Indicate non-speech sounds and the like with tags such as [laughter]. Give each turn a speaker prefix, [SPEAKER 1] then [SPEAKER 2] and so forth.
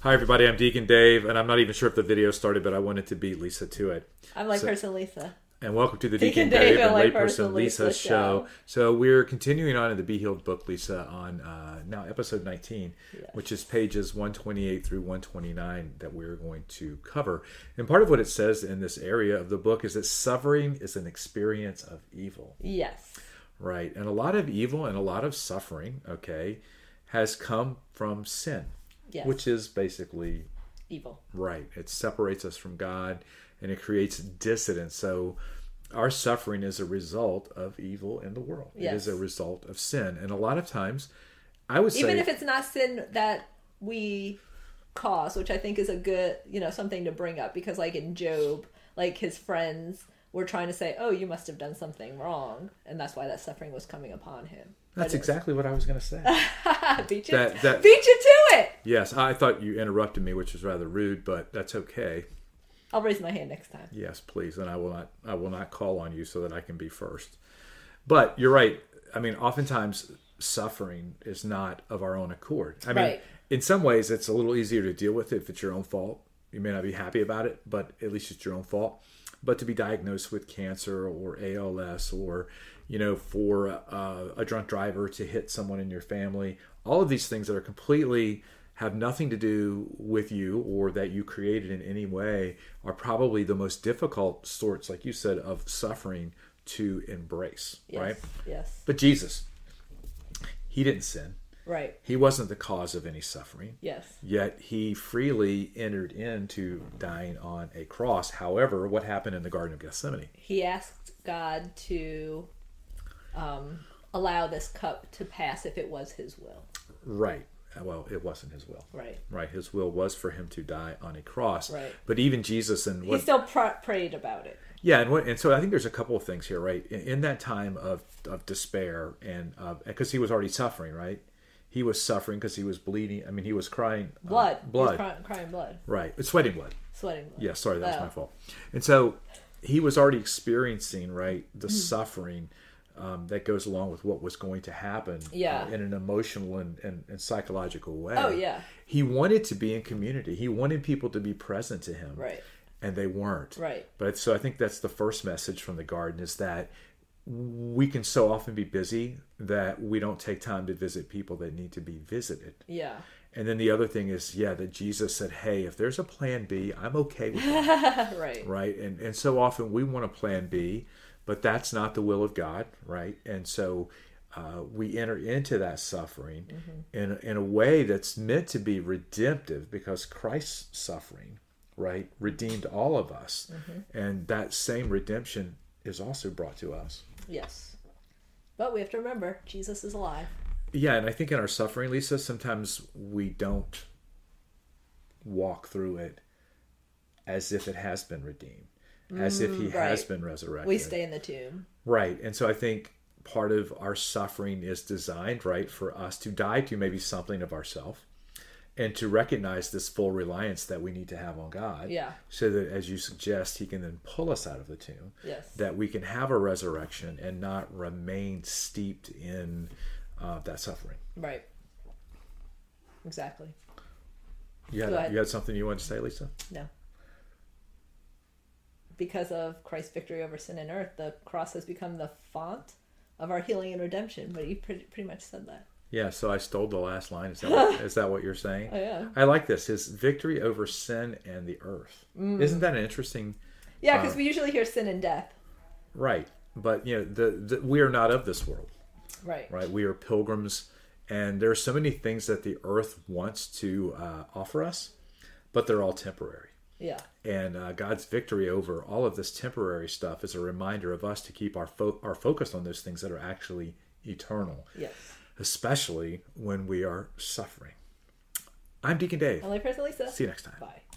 [SPEAKER 1] Hi, everybody. I'm Deacon Dave, and I'm not even sure if the video started, but I wanted to be Lisa Tuitt.
[SPEAKER 2] I'm like person Lisa.
[SPEAKER 1] And welcome to the Deacon,
[SPEAKER 2] Deacon
[SPEAKER 1] Dave,
[SPEAKER 2] Dave
[SPEAKER 1] and
[SPEAKER 2] and
[SPEAKER 1] Layperson
[SPEAKER 2] Layperson
[SPEAKER 1] Lisa,
[SPEAKER 2] Lisa
[SPEAKER 1] show.
[SPEAKER 2] show.
[SPEAKER 1] So we're continuing on in the Be Healed book, Lisa, on uh, now episode 19, which is pages 128 through 129 that we're going to cover. And part of what it says in this area of the book is that suffering is an experience of evil.
[SPEAKER 2] Yes.
[SPEAKER 1] Right. And a lot of evil and a lot of suffering, okay, has come from sin,
[SPEAKER 2] Yes.
[SPEAKER 1] which is basically
[SPEAKER 2] Evil.
[SPEAKER 1] right. It separates us from God and it creates dissidence. So our suffering is a result of evil in the world. It is
[SPEAKER 2] Yes.
[SPEAKER 1] a result of sin. And a lot of times, I would
[SPEAKER 2] Even
[SPEAKER 1] say,
[SPEAKER 2] if it's not sin that we cause, which I think is a good, you know, something to bring up because like in Job, like his friends were trying to say, "Oh, you must have done something wrong," and that's why that suffering was coming upon him. [laughs]
[SPEAKER 1] that's
[SPEAKER 2] But-
[SPEAKER 1] exactly what I was going to
[SPEAKER 2] [laughs]
[SPEAKER 1] say.
[SPEAKER 2] beat you,
[SPEAKER 1] that- that-
[SPEAKER 2] beat you to it.
[SPEAKER 1] yes, I thought you interrupted me, which was rather rude, but that's okay.
[SPEAKER 2] I'll raise my hand next time.
[SPEAKER 1] Yes, please, and I will not. I will not call on you so that I can be first. But you're right. I mean, oftentimes suffering is not of our own accord. I mean,
[SPEAKER 2] Right.
[SPEAKER 1] in some ways, it's a little easier to deal with if it's your own fault. You may not be happy about it, but at least it's your own fault. But to be diagnosed with cancer or ALS, or you know, for uh, a drunk driver to hit someone in your family, all of these things that are completely have nothing to do with you or that you created in any way are probably the most difficult sorts, like you said, of suffering to embrace,
[SPEAKER 2] Yes.
[SPEAKER 1] right?
[SPEAKER 2] Yes.
[SPEAKER 1] But Jesus, he didn't sin.
[SPEAKER 2] Right.
[SPEAKER 1] He wasn't the cause of any suffering.
[SPEAKER 2] Yes.
[SPEAKER 1] Yet he freely entered into dying on a cross. However, what happened in the Garden of Gethsemane?
[SPEAKER 2] He asked God to um, allow this cup to pass if it was His will.
[SPEAKER 1] Right. Well, it wasn't his will.
[SPEAKER 2] Right.
[SPEAKER 1] Right. His will was for him to die on a cross.
[SPEAKER 2] Right.
[SPEAKER 1] But even Jesus and
[SPEAKER 2] He still pr- prayed about it.
[SPEAKER 1] Yeah, and, what, and so I think there's a couple of things here, right? In, in that time of, of despair and because he was already suffering, right? He was suffering because he was bleeding. I mean, he was crying uh,
[SPEAKER 2] Blood. He was
[SPEAKER 1] blood,
[SPEAKER 2] cry- crying blood.
[SPEAKER 1] right? Sweating blood.
[SPEAKER 2] Sweating blood.
[SPEAKER 1] Yeah, sorry, that was
[SPEAKER 2] Oh.
[SPEAKER 1] my fault. And so he was already experiencing, right, the
[SPEAKER 2] Mm-hmm.
[SPEAKER 1] suffering um, that goes along with what was going to happen uh,
[SPEAKER 2] Yeah.
[SPEAKER 1] in an emotional and, and, and psychological way.
[SPEAKER 2] Oh, yeah.
[SPEAKER 1] He wanted to be in community, he wanted people to be present to him.
[SPEAKER 2] Right.
[SPEAKER 1] And they weren't.
[SPEAKER 2] Right.
[SPEAKER 1] But so I think that's the first message from the garden is that we can so often be busy that we don't take time to visit people that need to be visited.
[SPEAKER 2] Yeah. [laughs]
[SPEAKER 1] And then the other thing is, yeah, that Jesus said, "Hey, if there's a plan B, I'm okay with that."
[SPEAKER 2] right.
[SPEAKER 1] right? And and so often we want a plan B, but that's not the will of God, right? And so uh, we enter into that suffering
[SPEAKER 2] Mm-hmm.
[SPEAKER 1] in in a way that's meant to be redemptive, because Christ's suffering, right, redeemed all of us,
[SPEAKER 2] Mm-hmm.
[SPEAKER 1] and that same redemption is also brought to us.
[SPEAKER 2] Yes. But we have to remember, Jesus is alive.
[SPEAKER 1] Yeah, and I think in our suffering, Lisa, sometimes we don't walk through it as if it has been redeemed, as if He has
[SPEAKER 2] Mm, right.
[SPEAKER 1] been resurrected.
[SPEAKER 2] We stay in the tomb.
[SPEAKER 1] Right. And so I think part of our suffering is designed, right, for us to die to maybe something of ourself and to recognize this full reliance that we need to have on God.
[SPEAKER 2] Yeah.
[SPEAKER 1] So that, as you suggest, He can then pull us out of the tomb.
[SPEAKER 2] Yes.
[SPEAKER 1] That we can have a resurrection and not remain steeped in uh, that suffering.
[SPEAKER 2] Right. Exactly.
[SPEAKER 1] You
[SPEAKER 2] Go
[SPEAKER 1] had,
[SPEAKER 2] ahead.
[SPEAKER 1] you had something you wanted to say, Lisa?
[SPEAKER 2] No. Because of Christ's victory over sin and earth, the cross has become the font of our healing and redemption. But you pretty, pretty much said that.
[SPEAKER 1] Yeah, so I stole the last line.
[SPEAKER 2] [laughs]
[SPEAKER 1] Is that what, is that what you're saying?
[SPEAKER 2] I am.
[SPEAKER 1] I like this. His victory over sin and the earth.
[SPEAKER 2] Mm.
[SPEAKER 1] Isn't that an interesting?
[SPEAKER 2] Yeah,
[SPEAKER 1] Uh,
[SPEAKER 2] because we usually hear sin and death.
[SPEAKER 1] Right. But you know, the, the we are not of this world,
[SPEAKER 2] Right.
[SPEAKER 1] right? We are pilgrims, and there are so many things that the earth wants to uh, offer us, but they're all temporary.
[SPEAKER 2] Yeah.
[SPEAKER 1] And uh, God's victory over all of this temporary stuff is a reminder of us to keep our fo- our focus on those things that are actually eternal,
[SPEAKER 2] Yes.
[SPEAKER 1] especially when we are suffering. I'm Deacon Dave.
[SPEAKER 2] Only person Lisa.
[SPEAKER 1] See you next time.
[SPEAKER 2] Bye.